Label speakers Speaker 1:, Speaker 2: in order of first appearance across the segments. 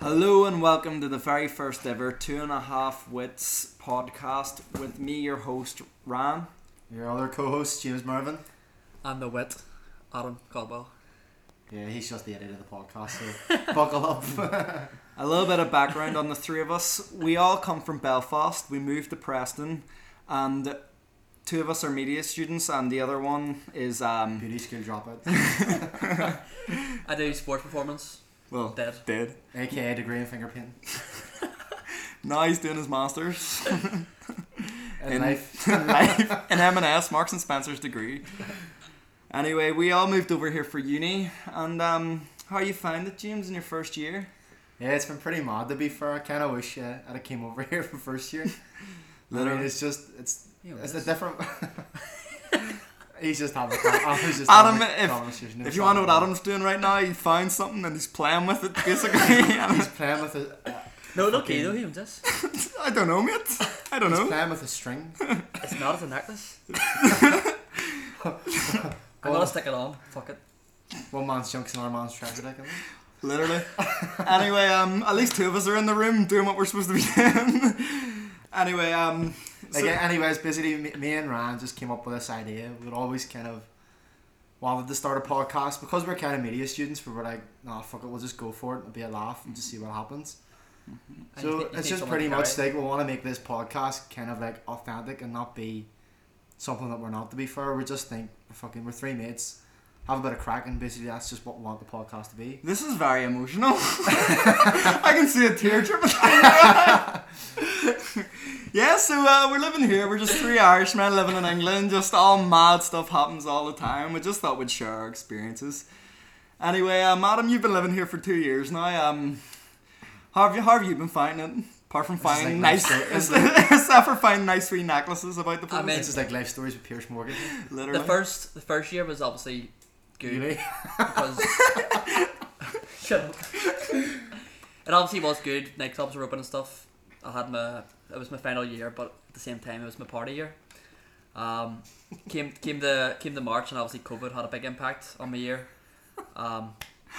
Speaker 1: Hello and welcome to the very first ever Two and a Half Wits podcast with me, your host, Ran.
Speaker 2: Your other co-host James Marvin.
Speaker 3: And the wit, Adam Caldwell.
Speaker 2: Yeah, he's just the editor of the podcast, so buckle up.
Speaker 1: A little bit of background on the three of us. We all come from Belfast, we moved to Preston, and two of us are media students, and the other one is, um,
Speaker 2: Beauty school dropout,
Speaker 3: I do sports performance.
Speaker 1: well,
Speaker 3: Dead.
Speaker 1: dead.
Speaker 2: aka degree in finger painting.
Speaker 1: Now he's doing his master's
Speaker 2: In,
Speaker 1: In-
Speaker 2: life,
Speaker 1: in life in M&S, Marks and Spencer's degree. Anyway, we all moved over here for uni, and um, how you find it, James, in your first year?
Speaker 2: yeah, it's been pretty mad to be fair. I kind of wish uh, I'd have came over here for first year. Literally, I mean,
Speaker 1: Literally.
Speaker 2: it's just it's
Speaker 3: You know
Speaker 2: it's a
Speaker 3: this.
Speaker 2: different. he's just having. a con- I was just
Speaker 1: Adam,
Speaker 2: having a
Speaker 1: if-
Speaker 2: conversation with
Speaker 1: If you want to know what
Speaker 2: someone.
Speaker 1: Adam's doing right now, he finds something and he's playing with it, basically.
Speaker 2: he's
Speaker 1: And
Speaker 2: playing with a uh,
Speaker 3: No, look,
Speaker 2: Fucking-
Speaker 3: okay, though, he owns this.
Speaker 1: I don't know, mate. I don't
Speaker 2: he's
Speaker 1: know.
Speaker 2: playing with a string.
Speaker 3: It's not as a necklace. I'm
Speaker 2: Well-
Speaker 3: gonna stick it on. Fuck it.
Speaker 2: One man's junk's another man's treasure. Like
Speaker 1: Literally. anyway, um, at least two of us are in the room doing what we're supposed to be doing. anyway, um, so-
Speaker 2: Like, anyways, basically, me, me and Ryan just came up with this idea. We'd always kind of wanted to start a podcast because we're kind of media students. We were like, nah, fuck it, we'll just go for it. It'll be a laugh and just see what happens.
Speaker 3: And you
Speaker 2: So
Speaker 3: think- you think
Speaker 2: it's just
Speaker 3: someone
Speaker 2: pretty
Speaker 3: can
Speaker 2: much
Speaker 3: carry
Speaker 2: like we want to make this podcast kind of like authentic and not be something that we're not. To be fair, we just think we're fucking we're three mates, have a bit of crack, and basically that's just what we want the podcast to be.
Speaker 1: this is very emotional. I can see a tear tripping. yeah, so uh, we're living here. We're just three Irishmen living in England. Just all mad stuff happens all the time. We just thought we'd share our experiences. Anyway, uh, madam, you've been living here for two years now. Um, how have you, how have you been finding it? Apart from
Speaker 2: This is
Speaker 1: finding
Speaker 2: like
Speaker 1: nice,
Speaker 2: my sto- this is
Speaker 1: except for finding nice wee necklaces about the place.
Speaker 3: I mean-
Speaker 2: This is like life stories with Pierce Morgan.
Speaker 1: literally.
Speaker 3: The first, the first year was obviously good
Speaker 2: Really?
Speaker 3: because. Shut up. It obviously was good. Nightclubs were open and stuff. I had my, it was my final year, but at the same time, it was my party year. Um, came came the came the March, and obviously COVID had a big impact on my year. Um,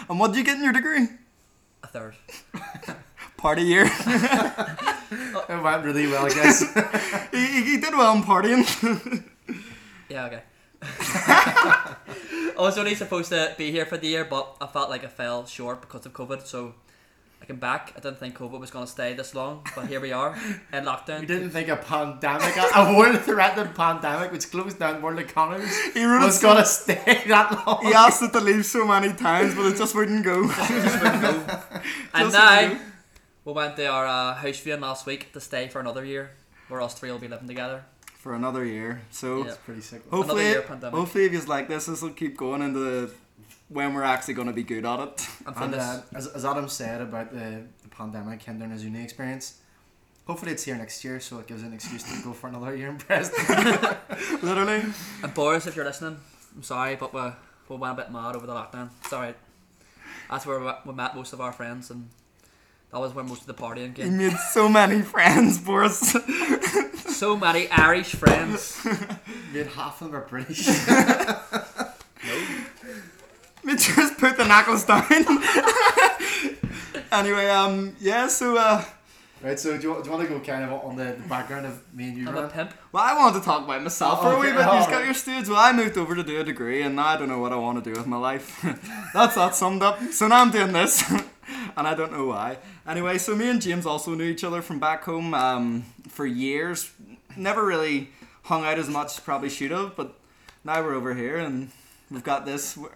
Speaker 1: and what did you get in your degree?
Speaker 3: a third.
Speaker 1: Party year.
Speaker 2: It went really well, I guess.
Speaker 1: he, he, he did well in partying.
Speaker 3: Yeah, okay. I was only supposed to be here for the year, but I felt like I fell short because of COVID. So I came back. I didn't think COVID was going to stay this long, but here we are in
Speaker 2: We
Speaker 3: lockdown.
Speaker 2: didn't think a pandemic, a world threatened pandemic which closed down world economies,
Speaker 1: He wrote
Speaker 2: was
Speaker 1: a
Speaker 2: going to stay that long.
Speaker 1: He asked it to leave so many times, but it just wouldn't go.
Speaker 3: and
Speaker 1: Just
Speaker 3: now we went to our uh, house viewing last week to stay for another year, where us three will be living together.
Speaker 1: For another year. So
Speaker 3: Yeah.
Speaker 2: That's pretty sick.
Speaker 1: hopefully,
Speaker 3: another year pandemic.
Speaker 1: hopefully, if you like this, this will keep going into the, when we're actually going to be good at it.
Speaker 3: And for
Speaker 2: And
Speaker 3: this,
Speaker 2: uh, as, as Adam said about the, the pandemic hindering his uni experience, hopefully it's here next year so it gives an excuse to go for another year in Preston.
Speaker 1: Literally.
Speaker 3: and Boris, if you're listening, I'm sorry, but we we went a bit mad over the lockdown. It's alright. That's where we- we met most of our friends, and that was where most of the partying
Speaker 1: He
Speaker 3: came.
Speaker 1: made so many friends, Boris.
Speaker 3: so many Irish friends.
Speaker 2: Made half of them are British.
Speaker 1: We just put the knuckles down. anyway, um, yeah, so, uh,
Speaker 2: right, so do you, do you want to go kind of on the, the background of me and you,
Speaker 3: I'm a
Speaker 2: Ryan?
Speaker 3: pimp.
Speaker 1: well, I wanted to talk about myself for a wee bit.
Speaker 2: Okay,
Speaker 1: You've got
Speaker 2: alright.
Speaker 1: your stage. Well, I moved over to do a degree, and now I don't know what I want to do with my life. That's that summed up. So now I'm doing this, and I don't know why. Anyway, so me and James also knew each other from back home um, for years. Never really hung out as much as probably should have, but now we're over here and we've got this w-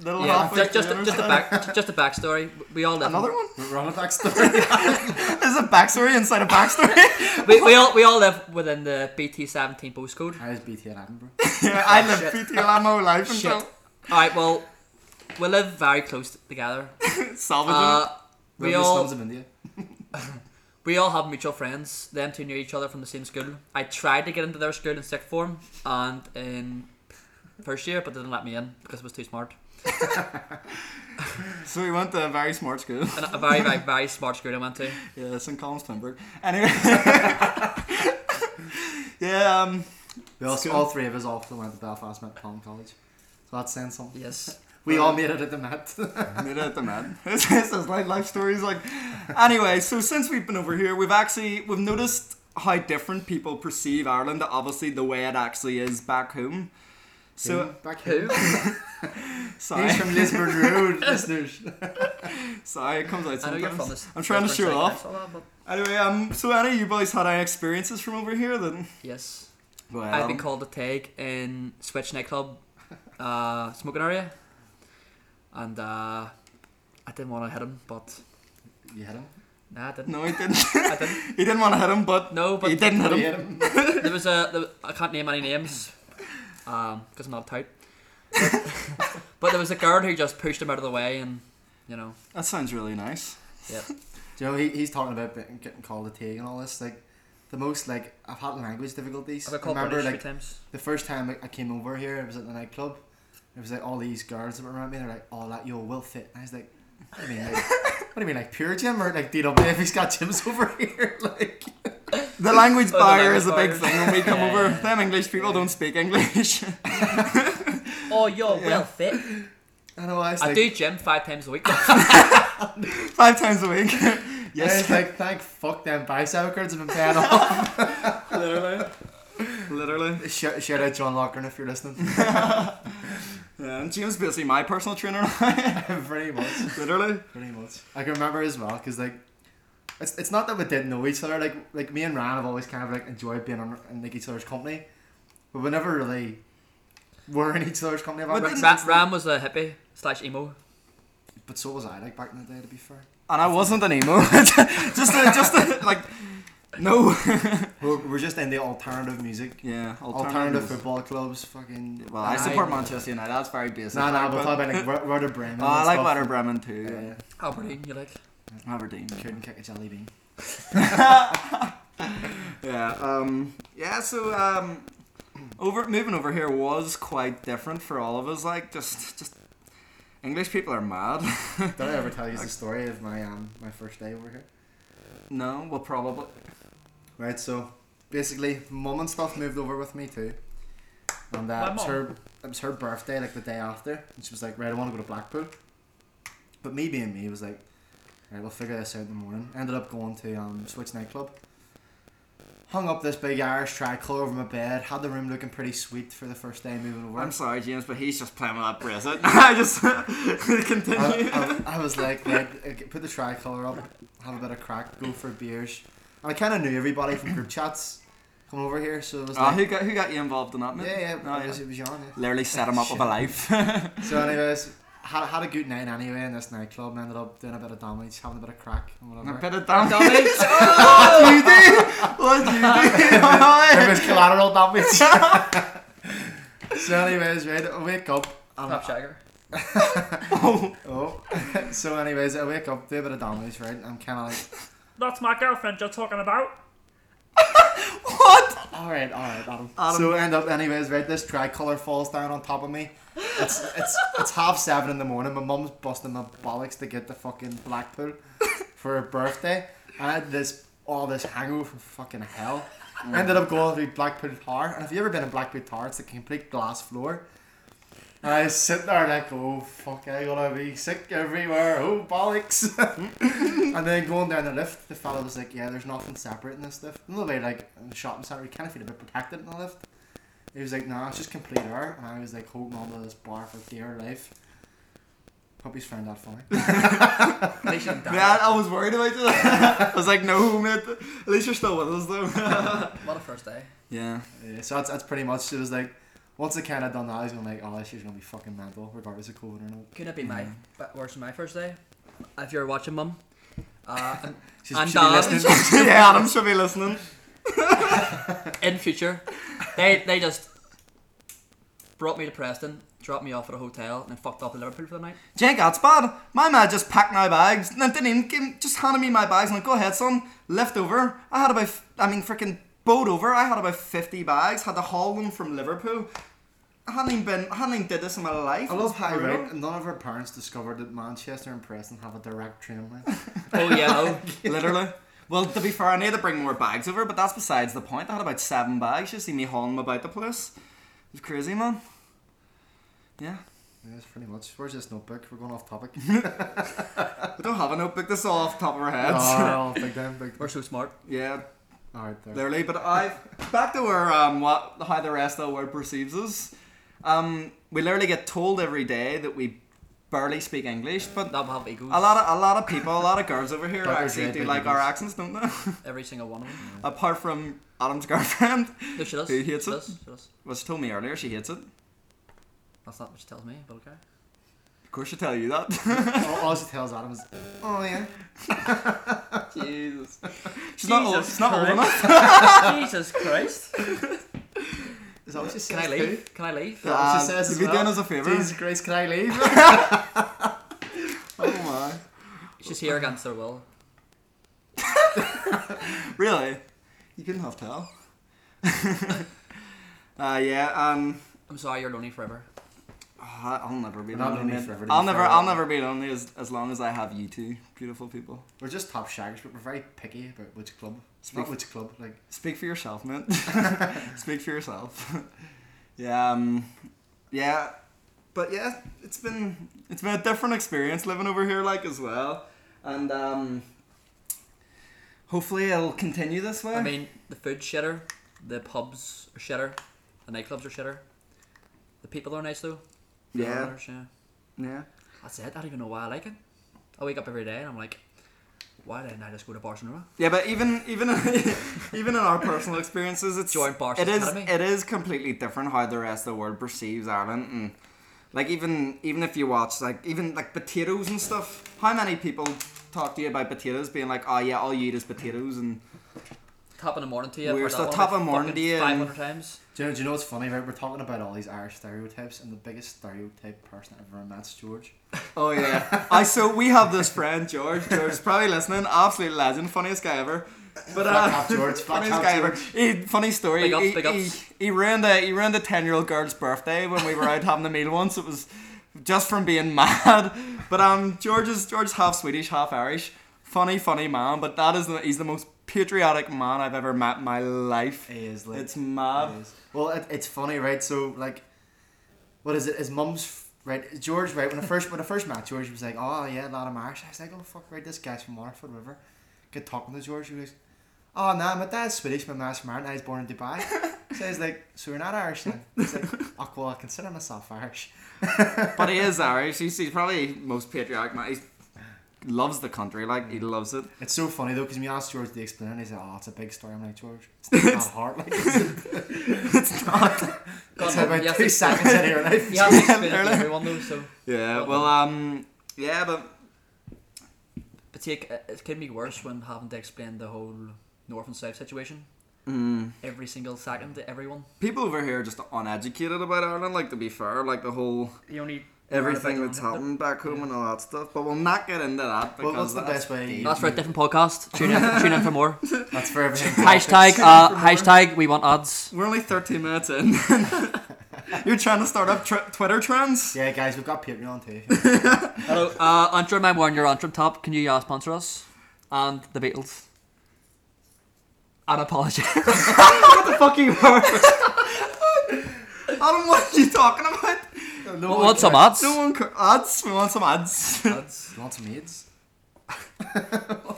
Speaker 1: little
Speaker 3: Yeah,
Speaker 1: halfway
Speaker 3: just just,
Speaker 1: through
Speaker 3: just a
Speaker 1: understand?
Speaker 3: back just a backstory. We all live
Speaker 1: Another one?
Speaker 2: We're on a backstory.
Speaker 1: There's a backstory inside a backstory.
Speaker 3: We, we all we all live within the BT seventeen postcode.
Speaker 2: I was BT in Edinburgh.
Speaker 1: yeah, I lived PTL my whole life until
Speaker 3: Shit. All right, well, we live very close together.
Speaker 1: salvaging.
Speaker 3: Uh,
Speaker 2: We're
Speaker 3: we
Speaker 2: in the
Speaker 3: all
Speaker 2: slums of India.
Speaker 3: we all have mutual friends. Them two knew each other from the same school. I tried to get into their school in sixth form and in first year, but they didn't let me in because I was too smart.
Speaker 1: so we went to a very smart school.
Speaker 3: And a very very very smart school I went to.
Speaker 1: Yeah, that's in Collins Timberg. Anyway. yeah, um,
Speaker 2: We also, all three of us also went to Belfast Metropolitan College. So that's saying something.
Speaker 3: Yes,
Speaker 2: We all made it at the Met.
Speaker 1: Made it at the Met. This is like life stories. Like, anyway, so since we've been over here, we've actually we've noticed how different people perceive Ireland. Obviously, the way it actually is back home. So
Speaker 2: back
Speaker 3: Who?
Speaker 2: here.
Speaker 1: sorry,
Speaker 2: He's from Lisbon Road, listeners.
Speaker 1: sorry, it comes out
Speaker 3: I know
Speaker 1: sometimes.
Speaker 3: you're from this.
Speaker 1: I'm trying to
Speaker 3: this
Speaker 1: show
Speaker 3: side,
Speaker 1: off.
Speaker 3: I saw that, but
Speaker 1: Anyway, um, so any of you boys had any experiences from over here? Then
Speaker 3: yes,
Speaker 1: well,
Speaker 3: I've been called to tag in Switch nightclub, uh, smoking area, and uh, I didn't want to hit him, but
Speaker 2: You hit him.
Speaker 3: nah, I didn't.
Speaker 1: no, he didn't.
Speaker 3: I didn't.
Speaker 1: he didn't want to hit him, but
Speaker 3: No, but
Speaker 1: he didn't hit
Speaker 2: You
Speaker 1: him.
Speaker 2: hit him.
Speaker 3: there was a there, I can't name any names, um, because I'm not tight. But, but there was a girl who just pushed him out of the way, and you know,
Speaker 1: That sounds really nice.
Speaker 3: yeah,
Speaker 2: Do you know he, he's talking about being- getting called a tag and all this? Like the most like I've had language difficulties.
Speaker 3: I
Speaker 2: I
Speaker 3: got called
Speaker 2: remember
Speaker 3: British
Speaker 2: like
Speaker 3: three times.
Speaker 2: the first time I- I came over here, I was at the nightclub. It was like all these girls that were around me. They're like, "Oh, that yo will fit." And I was like, "What do you mean? Like, what do you mean like pure gym or like DWF? He's got gyms over here, like."
Speaker 1: The language
Speaker 3: Oh, the
Speaker 1: barrier
Speaker 3: language
Speaker 1: is a big
Speaker 3: barrier.
Speaker 1: thing when we come
Speaker 3: Yeah,
Speaker 1: over.
Speaker 3: yeah, yeah.
Speaker 1: Them English people don't speak English.
Speaker 3: Oh, you're
Speaker 1: Yeah.
Speaker 3: well fit.
Speaker 2: I know. I was
Speaker 3: I
Speaker 2: like,
Speaker 3: do gym five times a week.
Speaker 1: Five times a week.
Speaker 2: I was
Speaker 1: yes,
Speaker 2: like, thank fuck them bicep cards have been paying off.
Speaker 1: literally. Literally.
Speaker 2: shout, shout out John Lockern if you're listening.
Speaker 1: Yeah, and James basically my personal trainer.
Speaker 2: Very much.
Speaker 1: literally.
Speaker 2: Pretty much. I can remember as well because like, it's, it's not that we didn't know each other. Like like me and Ryan have always kind of like enjoyed being on, in like each other's company, but we never really were in each other's company. About
Speaker 1: But
Speaker 2: but,
Speaker 1: didn't-
Speaker 3: Ra- Ram was a hippie slash emo.
Speaker 2: but so was I like back in the day. To be fair,
Speaker 1: And I wasn't an emo. just a, just a, like no.
Speaker 2: we're, we're just in the alternative music,
Speaker 1: Yeah,
Speaker 2: alternative,
Speaker 1: alternative.
Speaker 2: football clubs. Fucking
Speaker 1: Well, I
Speaker 3: And I-
Speaker 1: support Manchester United. That's very basic.
Speaker 2: nah nah. We're
Speaker 1: But-
Speaker 2: talking about like Rudder Bremen.
Speaker 1: Oh, I like Werder Bremen too. and
Speaker 3: Aberdeen, you like?
Speaker 1: Aberdeen.
Speaker 2: Couldn't kick a jelly bean.
Speaker 1: Yeah. Um, yeah. So um, over moving over here was quite different for all of us. Like just just English people are mad.
Speaker 2: Did I ever tell you the story of my um my first day over here?
Speaker 1: no, well probably.
Speaker 2: Right, so basically, mum and stuff moved over with me too, and uh,
Speaker 3: My
Speaker 2: it was
Speaker 3: mum?
Speaker 2: her it was her birthday, like the day after, and she was like, "Right, I want to go to Blackpool," but me being me was like, "Right, we'll figure this out in the morning." Ended up going to um Switch nightclub. Hung up this big Irish tricolour over my bed. Had the room looking pretty sweet for the first day moving over.
Speaker 1: I'm sorry, James, but he's just playing with that bracelet. I just continue.
Speaker 2: I, I, I was like, right, uh, g- put the tricolour up, have a bit of crack, go for beers. And I kind of knew everybody from group chats coming over here, so it was
Speaker 1: Oh,
Speaker 2: like,
Speaker 1: who got who got you involved in that? mate?
Speaker 2: Yeah, yeah,
Speaker 1: Oh,
Speaker 2: it was, it was yawn, yeah.
Speaker 1: Literally set him up with a life.
Speaker 2: So, anyways, had, had a good night anyway in this nightclub and ended up doing a bit of damage, having a bit of crack and
Speaker 1: a
Speaker 2: whatever.
Speaker 1: bit of damage. what you do? What you do?
Speaker 2: It was collateral damage. so, anyways, right, I wake up.
Speaker 3: Um,
Speaker 2: and-
Speaker 3: Snap Shagger.
Speaker 2: oh, so anyways, I wake up, do a bit of damage, right? I'm kind of like,
Speaker 4: That's my girlfriend you're talking about.
Speaker 2: all right, all right, Adam.
Speaker 1: Adam.
Speaker 2: So end up, anyways, right? This tricolour falls down on top of me. It's it's it's half seven in the morning. My mum's busting my bollocks to get the fucking Blackpool for her birthday. I had this all this hangover from fucking hell. Ended up going through Blackpool Tower, and if you ever been in Blackpool Tower, it's a complete glass floor. And I was sitting there like, oh fuck, I gotta be sick everywhere. Oh bollocks. And then going down the lift, the fella was like, "Yeah, there's nothing separating this lift." In the way, like in the shopping centre, you kind of feel a bit protected in the lift. He was like, "Nah, it's just complete air," and I was like holding on to this bar for dear life. Hope he's found that funny.
Speaker 3: At least you didn't die.
Speaker 1: Man, I was worried about you. I was like, no, mate. At least you're still with us, though.
Speaker 3: What a first day.
Speaker 1: yeah.
Speaker 2: yeah, so that's that's pretty much. It was like, once I kind of done that, I was gonna like, "Oh, this year's gonna be fucking mental, regardless of COVID or not."
Speaker 3: Could it be my
Speaker 2: Mm.
Speaker 3: but worse than my first day? If you're watching, mum. Uh, and
Speaker 2: She's
Speaker 3: I'm
Speaker 2: she'll be
Speaker 3: done.
Speaker 2: listening.
Speaker 1: yeah, Adam should be listening.
Speaker 3: in future, they they just brought me to Preston, dropped me off at a hotel, and then fucked off to Liverpool for the night.
Speaker 1: Jake, that's bad. My man just packed my bags and then didn't even give, just handed me my bags and like, go ahead, son. Left over. I had about, f- I mean, freaking boat over. I had about 50 bags, had to haul them from Liverpool. I hadn't even been, I hadn't even did this in my life.
Speaker 2: I love how
Speaker 1: Brutal.
Speaker 2: right, none of her parents discovered that Manchester and Preston have a direct train line.
Speaker 3: Oh yeah, no.
Speaker 1: Literally. Well, to be fair, I need to bring more bags over, but that's besides the point. I had about seven bags. You see me hauling them about the place. It was crazy, man. Yeah.
Speaker 2: Yeah, that's pretty much. Where's this notebook? We're going off topic.
Speaker 1: We don't have a notebook. This is all off the top of our heads.
Speaker 2: oh, big damn, big.
Speaker 3: We're so smart.
Speaker 1: yeah,
Speaker 2: All right, there.
Speaker 1: Literally, but I back to where um what how the rest of the world perceives us. Um, we literally get told every day that we barely speak English, but
Speaker 3: That will have egos.
Speaker 1: a lot of a lot of people, a lot of girls over here
Speaker 2: Darker
Speaker 1: actually
Speaker 2: shade,
Speaker 1: do
Speaker 2: baby
Speaker 1: like our
Speaker 2: blues.
Speaker 1: accents, don't they?
Speaker 3: Every single one of them.
Speaker 1: Apart from Adam's girlfriend,
Speaker 3: No, she does.
Speaker 1: Who hates
Speaker 3: she
Speaker 1: it?
Speaker 3: does. She does.
Speaker 1: well, she told me earlier she hates it.
Speaker 3: That's not what she tells me, but okay.
Speaker 1: Of course, she tell you that.
Speaker 2: all, all she tells Adam is, "Oh yeah."
Speaker 1: Jesus, she's not old.
Speaker 3: Jesus
Speaker 1: She's not old
Speaker 3: Christ.
Speaker 1: enough.
Speaker 3: Jesus Christ.
Speaker 2: Is that what she says?
Speaker 3: Can I
Speaker 2: too?
Speaker 3: leave? Can I leave?
Speaker 2: Is that what
Speaker 1: Uh,
Speaker 2: she says
Speaker 1: you'd
Speaker 2: as
Speaker 1: be
Speaker 2: well?
Speaker 1: doing us a favour.
Speaker 2: Jesus Christ, can I leave?
Speaker 1: Oh my,
Speaker 3: She's here against her will.
Speaker 1: really? You couldn't have tell. uh, yeah. Um.
Speaker 3: I'm sorry, you're lonely forever.
Speaker 1: I- I'll never be
Speaker 2: We're not
Speaker 1: lonely.
Speaker 2: lonely
Speaker 1: mate.
Speaker 2: forever, to
Speaker 1: I'll
Speaker 2: be
Speaker 1: never,
Speaker 2: fair.
Speaker 1: I'll never be lonely as, as long as I have you two beautiful people.
Speaker 2: we're just top shaggers, but we're very picky about which club. It's
Speaker 1: Speak-
Speaker 2: not which club, like.
Speaker 1: Speak for yourself, man. Speak for yourself. yeah, um, yeah, but yeah, it's been it's been a different experience living over here, like as well, and um, hopefully it'll continue this way.
Speaker 3: I mean, the food shitter, the pubs are shitter, the nightclubs are shitter. The people are nice though. The
Speaker 1: Yeah.
Speaker 3: owners, yeah.
Speaker 1: yeah,
Speaker 3: That's it. I don't even know why I like it. I wake up every day and I'm like, why didn't I just go to Barcelona?
Speaker 1: yeah, but even even even in our personal experiences, it's
Speaker 3: Join Barca
Speaker 1: it is
Speaker 3: Academy.
Speaker 1: it is completely different how the rest of the world perceives Ireland and like even even if you watch like even like potatoes and stuff how many people talk to you about potatoes being like oh yeah all you eat is potatoes and
Speaker 3: Top in the morning to you. I've
Speaker 1: We're
Speaker 3: heard
Speaker 1: so
Speaker 3: that one
Speaker 1: top
Speaker 3: like
Speaker 1: of morning
Speaker 3: fucking
Speaker 1: to you and-
Speaker 3: 500 times.
Speaker 2: Do you, know, do you know what's funny? Right, we're talking about all these Irish stereotypes, and the biggest stereotype person I've ever met's George.
Speaker 1: oh yeah I so we have this friend George George is probably listening absolute legend funniest guy ever but
Speaker 2: Flat
Speaker 1: uh
Speaker 2: cap George, flat
Speaker 1: funniest
Speaker 2: cap
Speaker 1: guy ever
Speaker 2: George.
Speaker 1: he, funny story
Speaker 3: Big ups,
Speaker 1: he,
Speaker 3: big
Speaker 1: he,
Speaker 3: ups.
Speaker 1: he ruined a he ruined a 10 year old girl's birthday when we were out having a meal once it was just from being mad but um George is George's half Swedish half Irish funny funny man but that is the, he's the most patriotic man I've ever met in my life
Speaker 2: He is like.
Speaker 1: it's mad
Speaker 2: It is. Well, it, it's funny, right? So like, what is it? His mum's f- right? George, right? When I first when I first met George, he was like, "Oh yeah, a lot of Irish." I was like, "Oh fuck, right? This guy's from Waterford River." Get talking to George, he goes, "Oh nah, my dad's Swedish, my mom's from Ireland. I was born in Dubai." so he's like, "So you're not Irish then?" He's like, "Oh well, I consider myself Irish."
Speaker 1: But he is Irish. He's, he's probably most patriotic man. He loves the country. Like he loves it.
Speaker 2: It's so funny though, because when you ask George to explain it, he's like, "Oh, it's a big story." I'm like, George, it's not that hard. Like, it's
Speaker 3: God,
Speaker 2: about
Speaker 3: you have
Speaker 2: two
Speaker 3: to-
Speaker 2: seconds in your life.
Speaker 3: You have to explain it to
Speaker 1: Early.
Speaker 3: everyone though, so.
Speaker 1: Yeah. Well. Um. Yeah. But
Speaker 3: But take, it it can be worse when having to explain the whole north and south situation
Speaker 1: mm,
Speaker 3: every single second to everyone.
Speaker 1: people over here are just uneducated about Ireland. Like to be fair, like the whole
Speaker 3: You only
Speaker 1: everything that's happened back home and all that stuff. But we'll not get into that
Speaker 2: Well,
Speaker 1: because
Speaker 2: what's the
Speaker 1: that's
Speaker 2: best way?
Speaker 1: deep.
Speaker 3: That's for a different podcast. Tune in, tune in for more.
Speaker 2: That's for everything.
Speaker 3: Hashtag, uh, hashtag. We want ads.
Speaker 1: We're only 13 minutes in. You're trying to start up tr- Twitter trends.
Speaker 2: Yeah, guys, we've got Patreon too.
Speaker 3: Hello, uh, Antrim. I'm wearing your Antrim top. Can you uh, sponsor us? And the Beatles. And apology.
Speaker 1: What the fuck are you I don't what are you talking about?
Speaker 2: Oh, No one
Speaker 3: want some
Speaker 2: cares.
Speaker 3: ads?
Speaker 1: No one ca- ads. We want some ads.
Speaker 3: ads.
Speaker 2: You want some AIDS?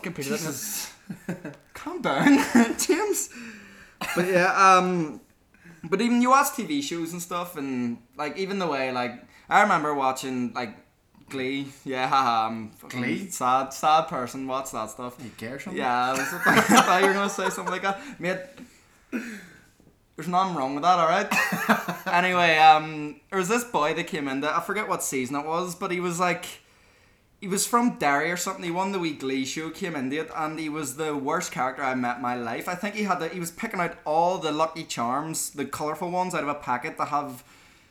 Speaker 3: Computer business.
Speaker 1: Jesus. Calm down, James. But yeah, um, but even you watch TV shows and stuff, and like even the way like I remember watching like Glee. Yeah, haha, I'm fucking
Speaker 2: Glee?
Speaker 1: Sad, sad person. Watch that stuff.
Speaker 2: You care something?
Speaker 1: Yeah, I, was, I thought you were gonna say something like that, mate. There's nothing wrong with that, all right. anyway, um, there was this boy that came in. That I forget what season it was, but he was like, he was from Derry or something. He won the wee Glee show, came into it, and he was the worst character I met in my life. I think he had the, he was picking out all the Lucky Charms, the colourful ones, out of a packet to have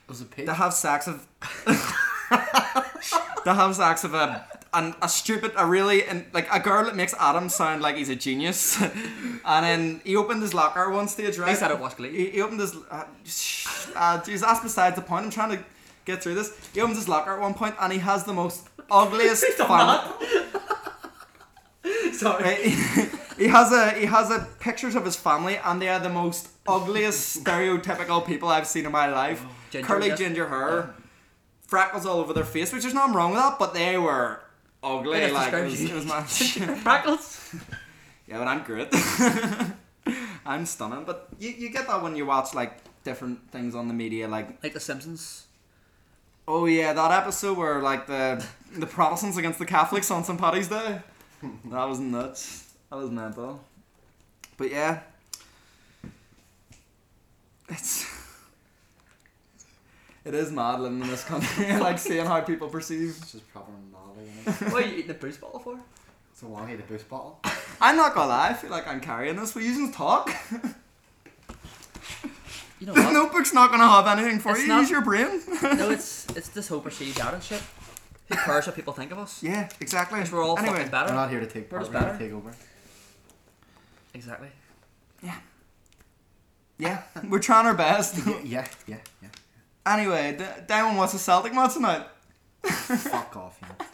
Speaker 2: Was it pig?
Speaker 1: to have sex of to have sex of a an, a stupid a really and like a girl that makes Adam sound like he's a genius and then he opened his locker at one stage right
Speaker 3: least I don't watch Glee.
Speaker 1: he, he opened his uh, sh- uh, geez that's besides the point I'm trying to get through this he opens his locker at one point and he has the most ugliest fun-
Speaker 3: Sorry.
Speaker 1: Right? he has a he has a pictures of his family, and they are the most ugliest stereotypical people I've seen in my life.
Speaker 3: Oh, Ginger,
Speaker 1: Curly
Speaker 3: yes.
Speaker 1: ginger hair, freckles all over their face, which there's nothing wrong with that, but they were ugly.
Speaker 3: That
Speaker 1: like it was,
Speaker 3: describes
Speaker 1: it was
Speaker 3: you.
Speaker 1: my-
Speaker 3: Freckles.
Speaker 1: yeah, but I'm great. I'm stunning. But you, you get that when you watch like different things on the media, like
Speaker 3: Like The Simpsons.
Speaker 1: oh yeah, that episode where like the the Protestants against the Catholics on St. Patty's Day. That was nuts. That was mental. But yeah, it's it is mad living in this country, like seeing how people perceive
Speaker 2: This is proper Molly. innit?
Speaker 3: What are you eating a boost bottle for?
Speaker 2: It's a long heated boost bottle.
Speaker 1: I'm not gonna lie, I feel like I'm carrying this. We using talk.
Speaker 3: You know
Speaker 1: The
Speaker 3: what?
Speaker 1: notebook's not gonna have anything for
Speaker 3: It's
Speaker 1: you.
Speaker 3: not-
Speaker 1: Use your brain.
Speaker 3: No, it's it's this whole perceived out and shit. Who cares what people think of us?
Speaker 1: yeah, exactly.
Speaker 3: Because we're all
Speaker 1: anyway,
Speaker 3: fucking
Speaker 2: We're
Speaker 3: better.
Speaker 2: not here to take
Speaker 3: We're
Speaker 2: part.
Speaker 3: just
Speaker 2: We're here to
Speaker 3: better.
Speaker 2: take over.
Speaker 3: Exactly.
Speaker 1: yeah, we're trying our best.
Speaker 2: yeah, yeah, yeah.
Speaker 1: anyway, D- Damon watched the Celtic match tonight.
Speaker 2: Fuck off, you.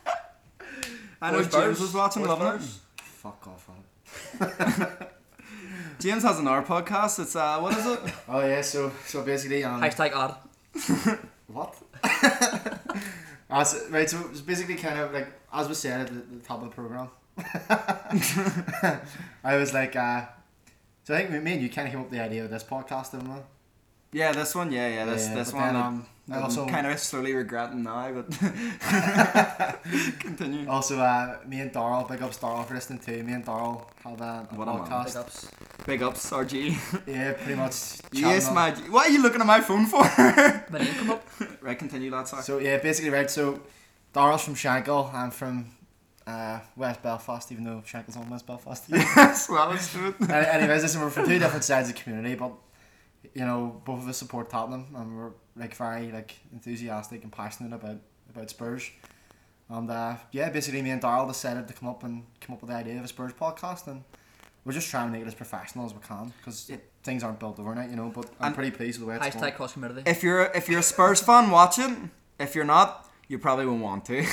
Speaker 1: I know
Speaker 3: Boys
Speaker 1: James
Speaker 3: Bears.
Speaker 1: was watching,
Speaker 3: Boys
Speaker 1: loving
Speaker 3: Bears.
Speaker 2: Fuck off, Alan.
Speaker 1: it. James has another podcast. It's uh, what is it?
Speaker 2: Oh yeah, so so basically, um,
Speaker 3: Hashtag odd.
Speaker 2: What? Uh, so- right, so it's basically kind of like, as was said at the, the top of the program, I was like, uh, so I think me- me and you kind of came up with the idea of this podcast, didn't we?
Speaker 1: yeah, this one. Yeah, yeah, this
Speaker 2: Yeah,
Speaker 1: this
Speaker 2: but
Speaker 1: one.
Speaker 2: then,
Speaker 1: that-
Speaker 2: um, I
Speaker 1: that I'm
Speaker 2: also-
Speaker 1: kind of slowly regretting now, but continue.
Speaker 2: Also, uh, me and Darrell, big ups Darrell for listening too. Me and Darrell had a, a
Speaker 1: What a man.
Speaker 3: Big
Speaker 2: podcast.
Speaker 3: ups.
Speaker 1: Big ups, RG.
Speaker 2: Yeah, pretty much. chatting
Speaker 1: yes,
Speaker 2: up.
Speaker 1: my. G- What are you looking at my phone for?
Speaker 3: My name come up.
Speaker 1: right, continue, lads. Sorry.
Speaker 2: So yeah, basically, right. So Darrell's from Shankill. I'm from uh, West Belfast, even though Shankill's on West Belfast.
Speaker 1: yes, well, let's do it.
Speaker 2: Any- Anyways, listen, we're from two different sides of the community, but you know, both of us support Tottenham, and we're like very like enthusiastic and passionate about about Spurs. And uh, yeah, basically, me and Darrell decided to come up and come up with the idea of a Spurs podcast, and we're just trying to make it as professional as we can because
Speaker 1: Yeah.
Speaker 2: things aren't built overnight, you know. But I'm
Speaker 1: And-
Speaker 2: pretty pleased with the way it's
Speaker 3: Hashtag
Speaker 2: going.
Speaker 3: cross community.
Speaker 1: If you're if you're a Spurs fan, watch it. If you're not, you probably won't want to.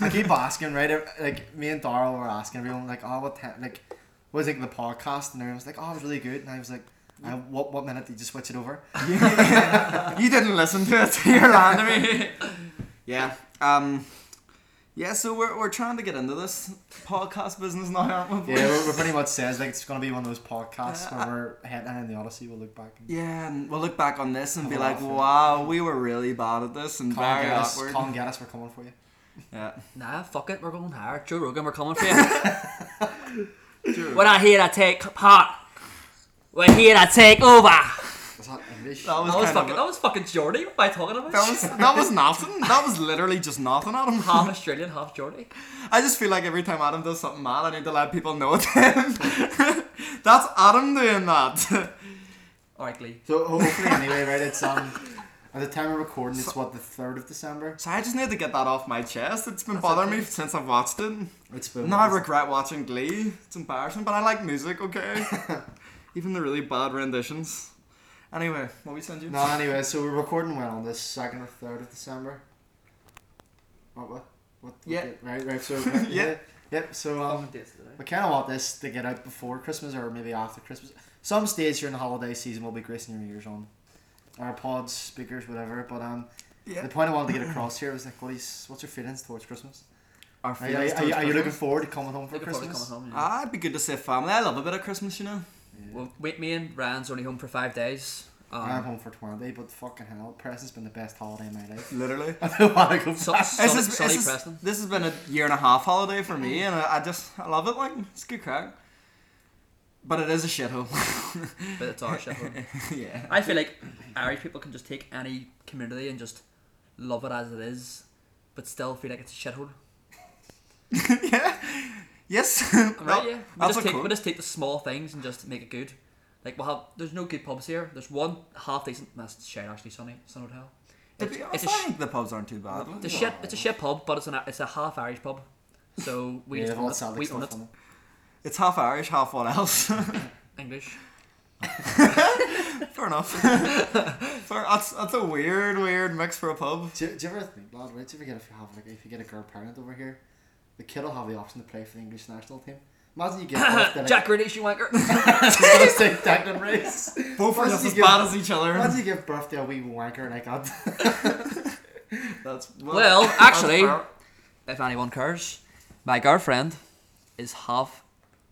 Speaker 2: I keep asking, right? ev- Like me and Darrell were asking everyone, like, oh, what time? Like, what was like the podcast, and everyone was like, oh, it was really good, and I was like, uh, what what minute did you switch it over?
Speaker 1: you didn't listen to it. You're lying to me. Yeah. Um. Yeah. So we're we're trying to get into this podcast business now, aren't we?
Speaker 2: Yeah, we're, we're pretty much says like it's gonna be one of those podcasts
Speaker 1: Yeah,
Speaker 2: where we're headlining the Odyssey. We'll look back and
Speaker 1: Uh, Yeah, and we'll look back on this and be
Speaker 2: Have a
Speaker 1: like,
Speaker 2: laugh, yeah.
Speaker 1: "Wow, we were really bad at this and
Speaker 2: Colin
Speaker 1: very
Speaker 2: Geddes,
Speaker 1: awkward."
Speaker 2: Colin Geddes, we're coming for you.
Speaker 1: Yeah.
Speaker 3: Nah, fuck it, we're going higher. Joe Rogan, we're coming for you. we're not here to take part. We're here to take over. That
Speaker 2: Is that English?
Speaker 1: That was,
Speaker 3: was,
Speaker 1: kind
Speaker 3: fucking.
Speaker 1: of.
Speaker 3: That was fucking Geordie. What am I talking about?
Speaker 1: that was that was nothing. That was literally just nothing, Adam.
Speaker 3: half Australian, half Geordie.
Speaker 1: I just feel like every time Adam does something mad, I need to let people know it. That's Adam doing that.
Speaker 3: All right, Glee.
Speaker 2: So ho- hopefully, anyway, right? It's um at the time of recording, it's what the third of December.
Speaker 1: So I just need to get that off my chest. It's been bothering me since I've watched it.
Speaker 2: It's been
Speaker 1: Now I regret watching Glee. It's embarrassing, but I like music, okay? Even the really bad renditions. Anyway, what we send you?
Speaker 2: no, anyway, so we're recording when on the second or third of December. What? What? What? what
Speaker 1: Yeah.
Speaker 2: date? Right. Right. So
Speaker 1: Yeah.
Speaker 2: right, yeah. Yep. So um,
Speaker 3: Fucking days today.
Speaker 2: we kind of want this to get out before Christmas or maybe after Christmas. Some states during the holiday season will be gracing your ears on our pods, speakers, whatever. But um,
Speaker 1: Yeah.
Speaker 2: the point I wanted to get across here was like, what is, what's your feelings towards Christmas?
Speaker 1: Our
Speaker 2: Are, you- are,
Speaker 1: feelings
Speaker 2: you-
Speaker 1: towards
Speaker 2: are you looking
Speaker 1: Christmas.
Speaker 2: forward to coming home for
Speaker 3: Looking forward to
Speaker 2: Christmas?
Speaker 3: coming home. Yeah.
Speaker 1: Ah, it'd be good to say family. I love a bit of Christmas, you know.
Speaker 3: Well, wait, me and Ryan's only home for five days.
Speaker 2: I'm
Speaker 3: Um,
Speaker 2: home for 20, but fucking hell, Preston's been the best holiday of my life.
Speaker 1: Literally.
Speaker 2: I don't want to go
Speaker 3: so,
Speaker 2: back.
Speaker 3: sunny,
Speaker 1: this, is,
Speaker 3: sunny
Speaker 1: this, is,
Speaker 3: Preston.
Speaker 1: this has been a year and a half holiday for me, and I, I just I love it. Like it's good crack, but it is a shithole.
Speaker 3: But it's our shit.
Speaker 1: yeah,
Speaker 3: I feel like Irish people can just take any community and just love it as it is, but still feel like it's a shithole.
Speaker 1: yeah, yes.
Speaker 3: Right?
Speaker 1: That-
Speaker 3: yeah. We
Speaker 1: that's
Speaker 3: just,
Speaker 1: a
Speaker 3: take,
Speaker 1: quote.
Speaker 3: we just take the small things and just make it good. Like we'll have. There's no good pubs here. There's one half decent. That's shit. Actually, Sunny Sun Hotel.
Speaker 1: To be honest,
Speaker 3: it's a
Speaker 1: I
Speaker 3: sh-
Speaker 1: think the pubs aren't too bad.
Speaker 3: It's a shit. It's a shit pub, but it's an it's a half Irish pub. So we
Speaker 2: Yeah,
Speaker 3: just
Speaker 2: they've all
Speaker 3: own it.
Speaker 2: Celtic
Speaker 3: We own
Speaker 2: stuff
Speaker 3: it.
Speaker 2: on them.
Speaker 1: It's half Irish, half what else.
Speaker 3: English.
Speaker 1: Fair enough. Fair, that's, that's a weird, weird mix for a pub.
Speaker 2: Do, you- do you ever think, lad, right? Do you ever get if you have like if you get a girl parent over here, the kid will have the option to play for the English national team. Imagine you get off the like,
Speaker 3: Jack Greenish, you wanker.
Speaker 2: I was gonna say Declan Rice.
Speaker 1: Both are
Speaker 2: Once
Speaker 1: just
Speaker 2: you
Speaker 1: as
Speaker 2: give-
Speaker 1: bad as each other.
Speaker 2: Imagine you give birth to a wee wanker like that.
Speaker 1: That's
Speaker 3: Well, actually,
Speaker 1: that's fair.
Speaker 3: if anyone cares, my girlfriend is half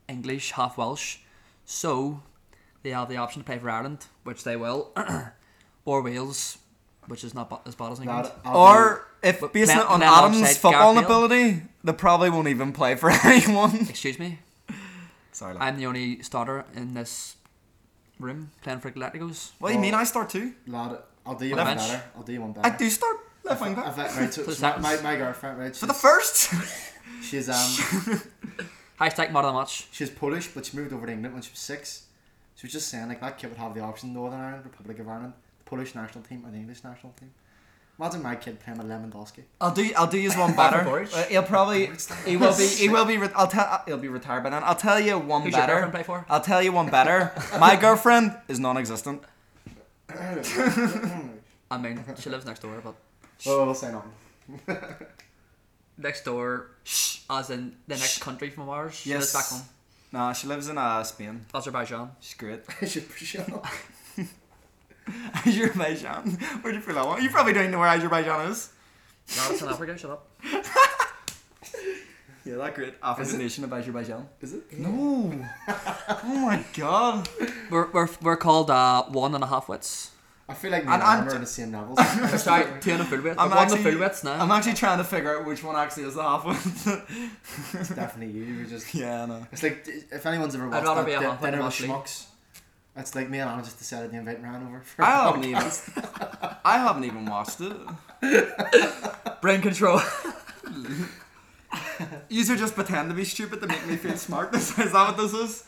Speaker 3: English, half Welsh, so they have the option to play for Ireland, which they will, or Wales, which is not ba- as bad as England.
Speaker 2: That- I'll
Speaker 1: Or if
Speaker 3: But
Speaker 1: based
Speaker 3: Glenn-
Speaker 1: on
Speaker 3: Glenn
Speaker 1: Adam's
Speaker 3: alongside
Speaker 1: football
Speaker 3: Garfield.
Speaker 1: ability, they probably won't even play for anyone.
Speaker 3: Excuse me,
Speaker 1: Sorry.
Speaker 3: I'm the only starter in this room playing for Galacticos.
Speaker 1: what do you mean I start too?
Speaker 2: Lad, I'll do you
Speaker 3: Left
Speaker 2: one
Speaker 3: bench.
Speaker 2: better. I'll do you one better.
Speaker 1: I do start left wing
Speaker 2: I
Speaker 1: back
Speaker 2: bet, right, so,
Speaker 3: So
Speaker 2: so my- my,
Speaker 3: that's-
Speaker 2: my girlfriend, right? She's,
Speaker 1: for the first.
Speaker 2: she's um
Speaker 3: Hashtag mod of the match.
Speaker 2: she's Polish, but she moved over to England when she was six. She was just saying like that kid would have the option: Northern Ireland, Republic of Ireland, the Polish national team, and the English national team. Imagine my kid playing with Lewandowski.
Speaker 1: I'll do. I'll do you one
Speaker 3: Back for
Speaker 1: better.
Speaker 3: Borge?
Speaker 1: Uh, he'll probably. He will be. He will be. Re- I'll tell. uh, He'll be retired by then. I'll tell you one
Speaker 3: Who's your
Speaker 1: better.
Speaker 3: girlfriend play for?
Speaker 1: I'll tell you one better. My girlfriend is non-existent.
Speaker 3: I mean, she lives next door, but
Speaker 2: Oh, we'll say nothing.
Speaker 3: next door, as in the next country from ours. She
Speaker 1: Yes.
Speaker 3: lives back home,
Speaker 1: Nah, she lives in uh, Spain.
Speaker 3: Azerbaijan.
Speaker 1: She's great.
Speaker 2: I should push it up.
Speaker 1: Azerbaijan. Where'd you feel that one? You probably don't know where Azerbaijan is.
Speaker 3: No, it's in Africa. Shut up.
Speaker 1: Yeah, that great African
Speaker 2: it-
Speaker 1: nation of Azerbaijan.
Speaker 2: Is it?
Speaker 1: No. oh my god.
Speaker 3: We're, we're, we're called uh, one and a half wits.
Speaker 2: I feel like me
Speaker 1: And
Speaker 2: and
Speaker 1: I'm
Speaker 2: Adam are in the same levels. I
Speaker 3: Sorry, two and a full wit.
Speaker 1: I'm
Speaker 3: I'm one
Speaker 1: actually-
Speaker 3: and a full wits now.
Speaker 1: I'm actually trying to figure out which one actually is the half one.
Speaker 2: It's definitely you. You're just.
Speaker 1: yeah, I know.
Speaker 2: It's like if anyone's ever
Speaker 3: rather
Speaker 2: watched
Speaker 3: be a
Speaker 2: that
Speaker 3: half
Speaker 2: di- dinner with
Speaker 3: Ashley.
Speaker 2: schmucks, it's like me and Adam just decided to invite Ryan over. For
Speaker 1: I haven't even. I haven't even watched it.
Speaker 3: Brain control.
Speaker 1: These are just pretend to be stupid to make me feel smart. Is that what this is?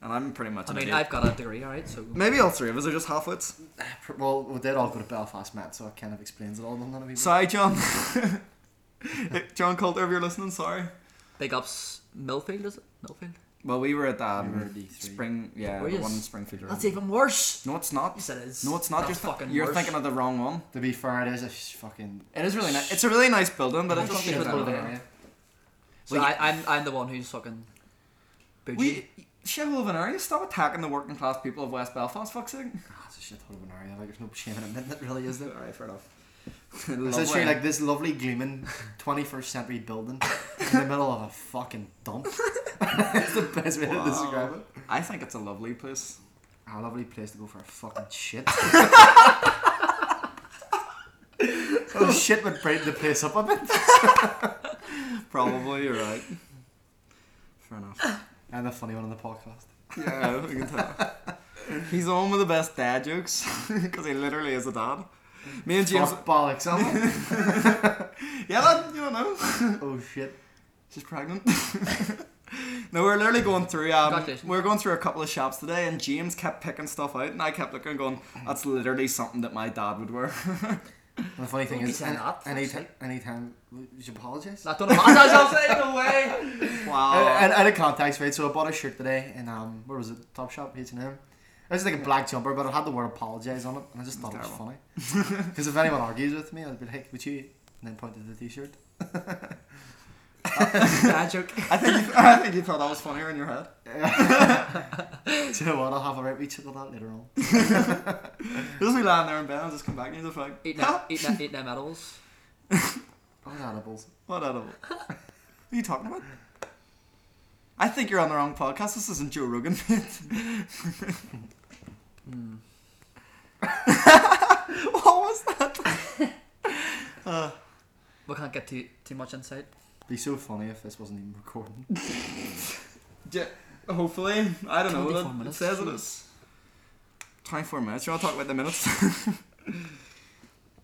Speaker 1: And I'm pretty much.
Speaker 3: I
Speaker 1: an
Speaker 3: mean,
Speaker 1: idiot.
Speaker 3: I've got a degree, alright, so.
Speaker 1: Maybe all three of us are just halfwits.
Speaker 2: Well, we did all go to Belfast, Matt, so it kind of explains it all. None of you.
Speaker 1: Sorry, John. John Coulter, if you're listening, sorry.
Speaker 3: Big ups, Millfield, is it? Millfield?
Speaker 1: Well, we were at that
Speaker 2: We were at E3.
Speaker 1: spring. Yeah,
Speaker 3: Were
Speaker 1: the
Speaker 3: yous?
Speaker 1: one in Springfield.
Speaker 3: That's even worse!
Speaker 1: No, it's not.
Speaker 3: Yes, it is.
Speaker 1: No, it's not.
Speaker 3: That's
Speaker 1: you're thi-
Speaker 3: fucking
Speaker 1: you're
Speaker 3: worse.
Speaker 1: thinking of the wrong one.
Speaker 2: to be fair, it is a sh- fucking.
Speaker 1: It is really nice. It's a really nice building, but it's
Speaker 3: Fucking
Speaker 1: just
Speaker 3: shit
Speaker 1: shit
Speaker 3: building.
Speaker 1: building.
Speaker 2: area.
Speaker 3: So
Speaker 1: Well,
Speaker 3: I, I'm, I'm the one who's fucking. Bougie.
Speaker 1: We shithole of an area. Stop attacking the working class people of West Belfast, fuck's sake.
Speaker 2: Ah, It's a shit hole of an area. Like there's no shame in admitting it, really, is there?
Speaker 1: Alright, fair enough.
Speaker 2: It's
Speaker 1: Lovely.
Speaker 2: literally like this lovely gleaming 21st century building in the middle of a fucking dump. That's the best way
Speaker 1: Wow.
Speaker 2: to describe it.
Speaker 1: I think it's a lovely place.
Speaker 2: A lovely place to go for a fucking shit. oh shit would brighten the place up a bit.
Speaker 1: Probably you're right. Fair enough.
Speaker 2: And the funny one on the podcast.
Speaker 1: Yeah, we can tell. He's on with the best dad jokes because he literally is a dad. Me and James.
Speaker 2: Fuck bollocks, am
Speaker 1: Yeah, that, you don't know.
Speaker 2: I? Oh shit.
Speaker 1: She's pregnant. no, we're literally going through. Um,
Speaker 3: Congratulations.
Speaker 1: we're going through a couple of shops today, and James kept picking stuff out, and I kept looking, going, "That's literally something that my dad would wear."
Speaker 2: And the funny thing
Speaker 3: Don't be
Speaker 2: is,
Speaker 3: saying
Speaker 2: any,
Speaker 3: that, for
Speaker 2: any,
Speaker 3: fuck's
Speaker 2: ti- any time, you should apologise.
Speaker 3: I don't know. That's what I'm saying, no way!
Speaker 1: wow.
Speaker 2: And out of context, right? So I bought a shirt today in um, where was it? Top Shop, H and M. It was like a black jumper, but it had the word "apologize" on it, and I just thought it was funny. Because if anyone argues with me, I'd be like, "Would you?" And then pointed at the T-shirt.
Speaker 3: Dad joke.
Speaker 1: I think you, I think you thought that was funnier in your head.
Speaker 2: Do you know what? I'll have a right reach of that later on.
Speaker 1: Just be lying there in bed, I'll just come back and he's just like,
Speaker 3: Eat them, eat them, eat them edibles.
Speaker 2: Oh, edibles.
Speaker 1: "What edible? What are you talking about?" I think you're on the wrong podcast. This isn't Joe Rogan.
Speaker 3: Mm.
Speaker 1: what was that?
Speaker 3: We can't get too, too much insight.
Speaker 2: It'd be so funny if this wasn't even recording.
Speaker 1: Yeah, hopefully. I don't know.
Speaker 3: 24
Speaker 1: That, it
Speaker 3: minutes,
Speaker 1: says it
Speaker 3: jeez.
Speaker 1: is. 24 minutes. You want to talk about the minutes?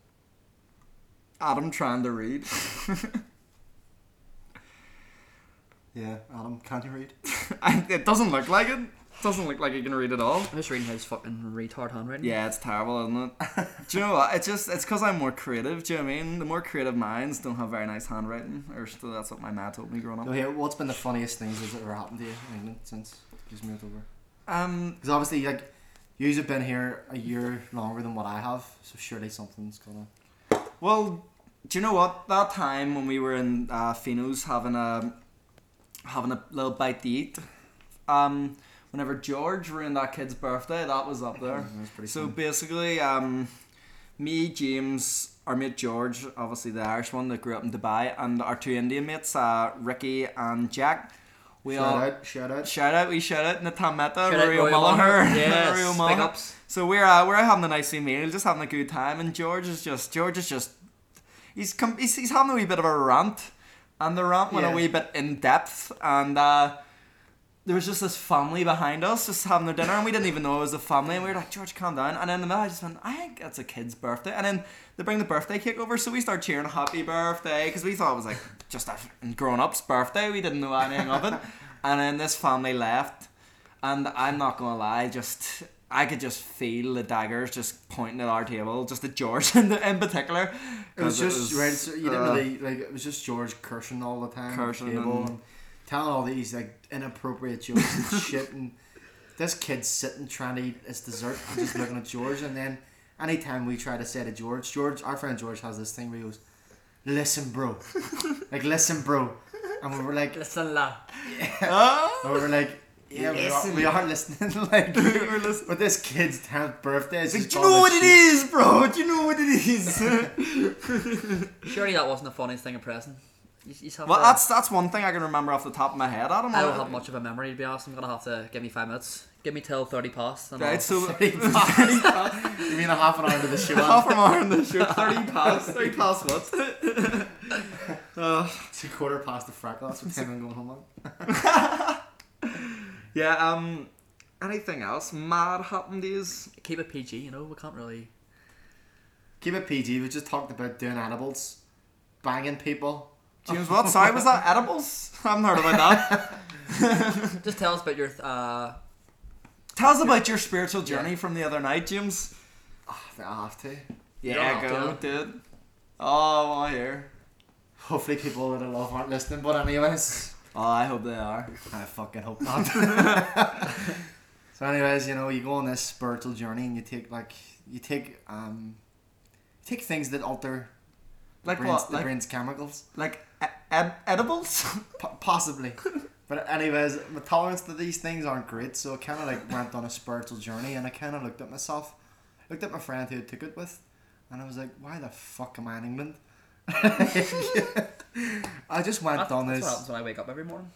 Speaker 1: Adam trying to read.
Speaker 2: Yeah, Adam, can you read?
Speaker 1: it doesn't look like it. Doesn't look like you can read at all.
Speaker 3: I'm just reading his fucking retard handwriting.
Speaker 1: Yeah, it's terrible, isn't it? do you know what? It's just it's because I'm more creative. Do you know what I mean? The more creative minds don't have very nice handwriting, or so that's what my dad told me growing
Speaker 2: No,
Speaker 1: up.
Speaker 2: here. Oh, What's been the funniest things that's ever happened to you in England since you just moved over?
Speaker 1: Um,
Speaker 2: Because obviously, like, you have been here a year longer than what I have, so surely something's gonna.
Speaker 1: well, do you know what? That time when we were in uh, Fino's having a having a little bite to eat, um, whenever George ruined that kid's birthday, that was up there.
Speaker 2: That was pretty
Speaker 1: So
Speaker 2: funny.
Speaker 1: basically, um, me, James, our mate George, obviously the Irish one that grew up in Dubai, and our two Indian mates, uh, Ricky and Jack. We
Speaker 2: shout
Speaker 1: all
Speaker 2: out, shout out.
Speaker 1: shout out, we shout out Natan Mehta,
Speaker 3: Shout out
Speaker 1: Rory
Speaker 3: Rory
Speaker 1: O'Mullaher,
Speaker 3: O'Mullaher. Yes,
Speaker 1: Rory
Speaker 3: big
Speaker 1: O'Mullaher.
Speaker 3: ups.
Speaker 1: So we're uh, we're out having a nice wee meal, just having a good time, and George is just George is just he's com- he's, he's having a wee bit of a rant, and the rant went
Speaker 2: Yeah.
Speaker 1: a wee bit in depth, and uh, there was just this family behind us just having their dinner, and we didn't even know it was a family, and we were like, George, calm down, and in the middle I just went, I think that's a kid's birthday, and then they bring the birthday cake over, so we start cheering happy birthday because we thought it was like just a grown up's birthday, we didn't know anything of it, and then this family left. And I'm not gonna lie, just I could just feel the daggers just pointing at our table, just at George in, the, in particular.
Speaker 2: It was
Speaker 1: 'Cause
Speaker 2: just right. So you didn't
Speaker 1: uh,
Speaker 2: really like. It was just George cursing all the time,
Speaker 1: Cursing
Speaker 2: cursing table
Speaker 1: and-
Speaker 2: and telling all these like inappropriate jokes and shit. And this kid's sitting trying to eat his dessert, and just looking at George. And then anytime we try to say to George, George, our friend George has this thing where he goes, "Listen, bro," like "Listen, bro," and we were like,
Speaker 3: Listen, la.
Speaker 1: "Ah."
Speaker 2: and we Oh, were like. Yeah, we are, we are listening. Like,
Speaker 1: We're listening.
Speaker 2: but this kid's tenth birthday is
Speaker 1: It's like,
Speaker 2: just
Speaker 1: do you
Speaker 2: all
Speaker 1: know what
Speaker 2: this
Speaker 1: it
Speaker 2: shit."
Speaker 1: is, bro? Do you know what it is?
Speaker 3: Surely that wasn't the funniest thing in prison. You, you have
Speaker 1: well,
Speaker 3: to-
Speaker 1: that's that's one thing I can remember off the top of my head. Adam.
Speaker 3: I don't have much of a memory to be honest. I'm gonna have to give me five minutes. Give me till thirty past. And
Speaker 1: Right,
Speaker 3: I'll-
Speaker 1: so
Speaker 2: You mean a half an hour into the show?
Speaker 1: half an hour in the show, thirty past, thirty past what?
Speaker 2: It's a quarter past the freckle. That's what time I'm going home on.
Speaker 1: Yeah. Um. Anything else mad happened is
Speaker 3: keep it PG. You know we can't really.
Speaker 2: Keep it PG. We just talked about doing edibles, banging people.
Speaker 1: James? What? Sorry, was that edibles? I haven't heard about that.
Speaker 3: Just tell us about your. Uh,
Speaker 1: Tell us about your spiritual journey
Speaker 3: Yeah.
Speaker 1: from the other night, James.
Speaker 2: Ah, I think I have to.
Speaker 1: Yeah,
Speaker 3: Yeah,
Speaker 1: go, dude. Oh, I want to hear.
Speaker 2: Hopefully, people that I love aren't listening. But anyways,
Speaker 1: Oh, I hope they are.
Speaker 2: I fucking hope not. so, anyways, you know, you go on this spiritual journey and you take like you take um, you take things that alter the
Speaker 1: Like
Speaker 2: brain's,
Speaker 1: what?
Speaker 2: the
Speaker 1: Like,
Speaker 2: brain's chemicals.
Speaker 1: like e- ed- edibles?
Speaker 2: P- possibly. But anyways, my tolerance to these things aren't great, so I kind of like went on a spiritual journey, and I kind of looked at myself, looked at my friend who I took it with, and I was like, why the fuck am I in England? I just went
Speaker 3: that's,
Speaker 2: on
Speaker 3: that's
Speaker 2: this.
Speaker 3: what happens when I wake up every morning.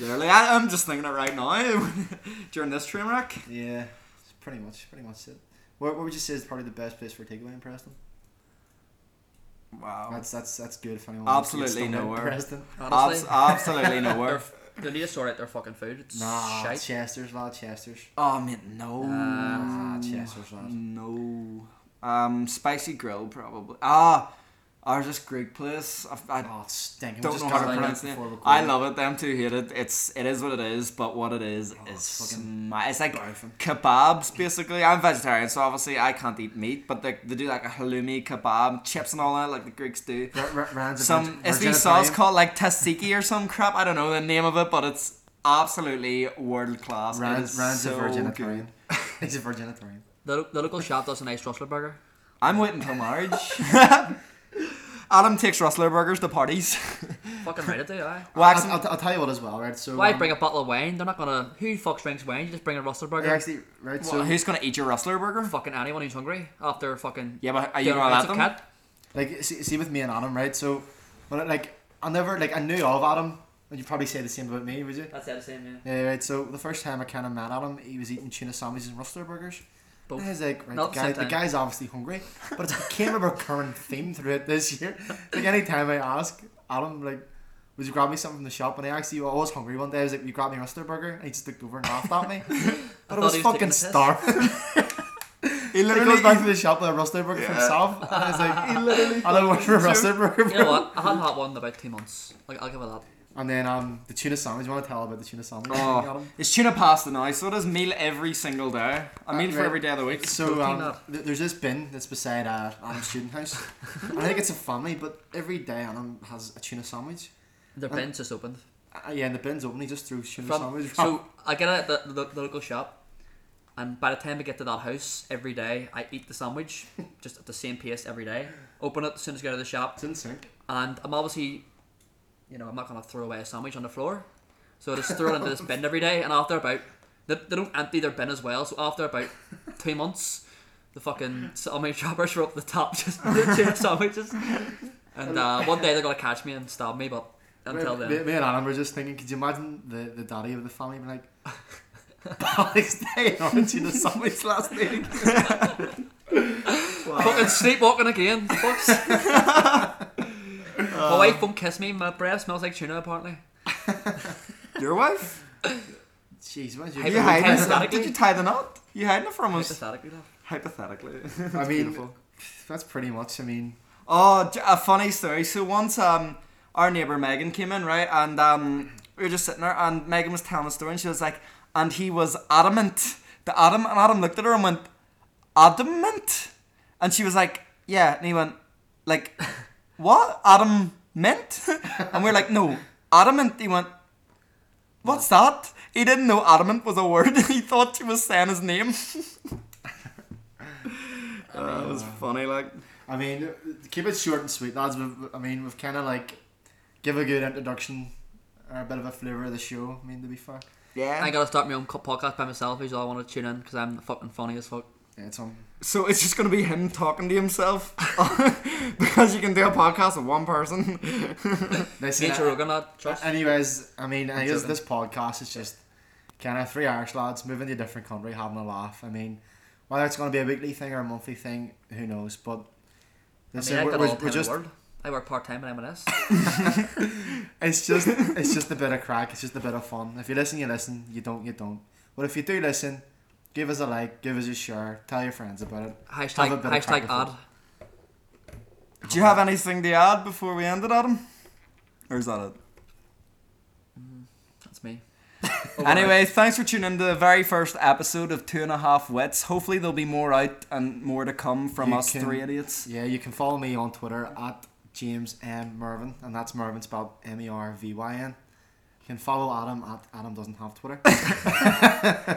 Speaker 1: Literally, I, I'm just thinking it right now during this train wreck.
Speaker 2: Yeah, it's pretty much, pretty much it. What, what would you say is probably the best place for a takeaway in Preston?
Speaker 1: Wow.
Speaker 2: That's that's that's good if anyone. wants to
Speaker 1: Um,
Speaker 2: get
Speaker 1: Absolutely
Speaker 2: stoned out in
Speaker 1: nowhere.
Speaker 2: Preston.
Speaker 1: Abs-
Speaker 3: Honestly,
Speaker 1: absolutely nowhere.
Speaker 3: they need to sort out their fucking food. It's
Speaker 2: Nah,
Speaker 3: shite.
Speaker 2: Chester's, lad, Chester's.
Speaker 1: Oh, man, no. Um,
Speaker 2: Nah, Chester's, lad.
Speaker 1: no. Um, spicy grill, probably. Ah, ours this Greek place. I, I
Speaker 2: Oh, it's stinking. We
Speaker 1: don't
Speaker 2: just
Speaker 1: know how to
Speaker 2: got it
Speaker 1: pronounce it.
Speaker 2: before recording.
Speaker 1: I love it. Them two hate it. It's it is what it is. But what it is
Speaker 2: Oh,
Speaker 1: is
Speaker 2: it's fucking
Speaker 1: sma- it's like
Speaker 2: barfing.
Speaker 1: kebabs basically. I'm vegetarian, so obviously I can't eat meat. But they, they do like a halloumi kebab, chips and all that, like the Greeks do.
Speaker 2: R- R- Rand's a
Speaker 1: Some
Speaker 2: virgin-
Speaker 1: it's
Speaker 2: virgin
Speaker 1: these sauce
Speaker 2: Italian.
Speaker 1: called like tzatziki or some crap. I don't know the name of it, but it's absolutely world class. It
Speaker 2: Rand,
Speaker 1: is
Speaker 2: Rand's
Speaker 1: so
Speaker 2: a virginitarian.
Speaker 1: good.
Speaker 2: He's a virginitarian.
Speaker 3: The, the local shop does a nice Rustler burger.
Speaker 1: I'm waiting till marriage. Adam takes Rustler burgers to parties.
Speaker 3: Fucking right, it do I.
Speaker 1: Wax
Speaker 2: I'll, I'll, I'll tell you what as well, right? So
Speaker 3: Why
Speaker 2: um,
Speaker 3: bring a bottle of wine? They're not gonna. Who fucks drinks wine? You just bring a Rustler burger.
Speaker 2: yeah, actually, right?
Speaker 1: so
Speaker 2: So
Speaker 1: who's gonna eat your Rustler burger?
Speaker 3: Fucking anyone who's hungry after fucking.
Speaker 1: Yeah, but are you
Speaker 3: doing a
Speaker 1: gonna let them?
Speaker 3: pizza cat.
Speaker 2: like, see, see with me and Adam, right? So, but like, I never like I knew of Adam, and you probably say the same about me, would you?
Speaker 3: That's the same, yeah.
Speaker 2: Yeah, right. So the first time I kind of met Adam, he was eating tuna sandwiches and rustler burgers.
Speaker 3: Both.
Speaker 2: And I was like, right,
Speaker 3: Not
Speaker 2: the, guy,
Speaker 3: at the
Speaker 2: the
Speaker 3: same time.
Speaker 2: guy's obviously hungry, but it became a recurring theme throughout this year. Like anytime I ask Adam, like, would you grab me something from the shop? And I actually, I was hungry one day. I was like, "Will you grab me a rustler burger?" And he just looked over and laughed at me. but I
Speaker 3: thought
Speaker 2: was,
Speaker 3: he was
Speaker 2: fucking
Speaker 3: taking the piss.
Speaker 2: starving.
Speaker 1: He
Speaker 2: he
Speaker 1: literally
Speaker 2: goes back to the shop with a rustler burger for
Speaker 1: Yeah.
Speaker 2: himself. And I was like,
Speaker 1: He literally.
Speaker 2: "I don't want for a rustler burger."
Speaker 3: You know what? I haven't had one in about two months. Like I'll give it that.
Speaker 2: And then um, the tuna sandwich. You want to tell about the tuna sandwich?
Speaker 1: Oh,
Speaker 2: Adam?
Speaker 1: it's tuna pasta now, so it is meal every single day. A
Speaker 2: Uh,
Speaker 1: meal for
Speaker 2: right.
Speaker 1: every day of the week.
Speaker 2: So
Speaker 3: Protein
Speaker 2: um,
Speaker 3: up.
Speaker 2: th- there's this bin that's beside uh, Adam's student house. I think it's a family, but every day Adam has a tuna sandwich.
Speaker 3: Their bin's just opened.
Speaker 2: Uh, yeah, and the bin's open. He just throws tuna
Speaker 3: From-
Speaker 2: sandwich.
Speaker 3: so I get it at the, the, the local shop, and by the time I get to that house every day, I eat the sandwich just at the same pace every day. Open it as soon as I go to the shop,
Speaker 2: it's in sync.
Speaker 3: and I'm obviously, you know, I'm not gonna throw away a sandwich on the floor, so I just throw it into this bin every day. And after about, they, they don't empty their bin as well. So after about two months, the fucking sandwich shoppers were up the top just tuna sandwiches. And uh, one day they're gonna catch me and stab me, but until
Speaker 2: me,
Speaker 3: then,
Speaker 2: me and Adam were just thinking, could you imagine the, the daddy of the family being like, Bally's Day in Orange in the sandwich last night?
Speaker 3: fucking sleepwalking again. Fucks. my wife won't kiss me. My breath smells like tuna. Apparently,
Speaker 1: Your wife?
Speaker 2: Jeez, imagine.
Speaker 1: Are
Speaker 3: Hey,
Speaker 1: you hiding it?
Speaker 3: hypothetically.
Speaker 1: Did you tie the knot? You hiding it from us?
Speaker 3: hypothetically, though.
Speaker 1: Hypothetically.
Speaker 2: I mean,
Speaker 1: Beautiful.
Speaker 2: that's pretty much, I mean,
Speaker 1: Oh, j- a funny story. So once um, our neighbour Megan came in, right, and um, we were just sitting there, and Megan was telling a story, and she was like, and he was adamant. The Adam and Adam looked at her and went, adamant, and she was like, yeah, and he went, like, what Adam meant, and we are like, no, adamant. He went, what's that? He didn't know adamant was a word. he thought she was saying his name. Uh, it was funny, like.
Speaker 2: I mean, keep it short and sweet, lads. We've, I mean, we've kind of like give a good introduction or a bit of a flavour of the show. I mean, to be fair,
Speaker 1: Yeah.
Speaker 3: I gotta start my own co- podcast by myself. Who's all I want to tune in because I'm fucking funny as fuck.
Speaker 2: yeah, it's on.
Speaker 1: So it's just gonna be him talking to himself because you can do a podcast with one person.
Speaker 2: Listen,
Speaker 3: Nature Rogan, lad. Trust.
Speaker 2: anyways, I mean, I guess
Speaker 3: joking.
Speaker 2: this podcast is just kind of three Irish lads moving to a different country, having a laugh. I mean, whether it's going to be a weekly thing or a monthly thing, who knows? But
Speaker 3: I
Speaker 2: listen,
Speaker 3: mean, I've
Speaker 2: we're,
Speaker 3: got
Speaker 2: we're-
Speaker 3: all the
Speaker 2: we're
Speaker 3: time in the
Speaker 2: just,
Speaker 3: world. I work part time at M&S.
Speaker 2: it's just, it's just a bit of crack. It's just a bit of fun. If you listen, you listen. You don't, you don't. But if you do listen, give us a like, give us a share, tell your friends about it. Have a
Speaker 3: hashtag
Speaker 2: bit of
Speaker 3: hashtag
Speaker 2: crack
Speaker 3: ad.
Speaker 2: with
Speaker 1: Do you have anything to add before we end it, Adam? Or is that it?
Speaker 3: That's me.
Speaker 2: Oh,
Speaker 1: Anyway, thanks for tuning in to the very first episode of Two and a Half Wits. Hopefully, there'll be more out and more to come from
Speaker 2: You
Speaker 1: us
Speaker 2: can-
Speaker 1: three idiots.
Speaker 2: Yeah, you can follow me on Twitter at James M Mervin, and that's Mervin spelled M E R V Y N. You can follow Adam at Adam doesn't have Twitter.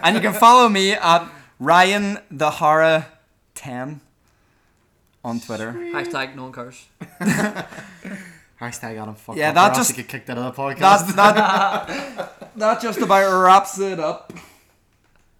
Speaker 1: and you can follow me at Ryan the Horror 10 on Twitter.
Speaker 3: Hashtag no one curse.
Speaker 2: Hashtag Adam fuck.
Speaker 1: Yeah,
Speaker 2: up,
Speaker 1: that
Speaker 2: or else
Speaker 1: just-
Speaker 2: you get kicked out of the podcast.
Speaker 1: That's that. that just about wraps it up.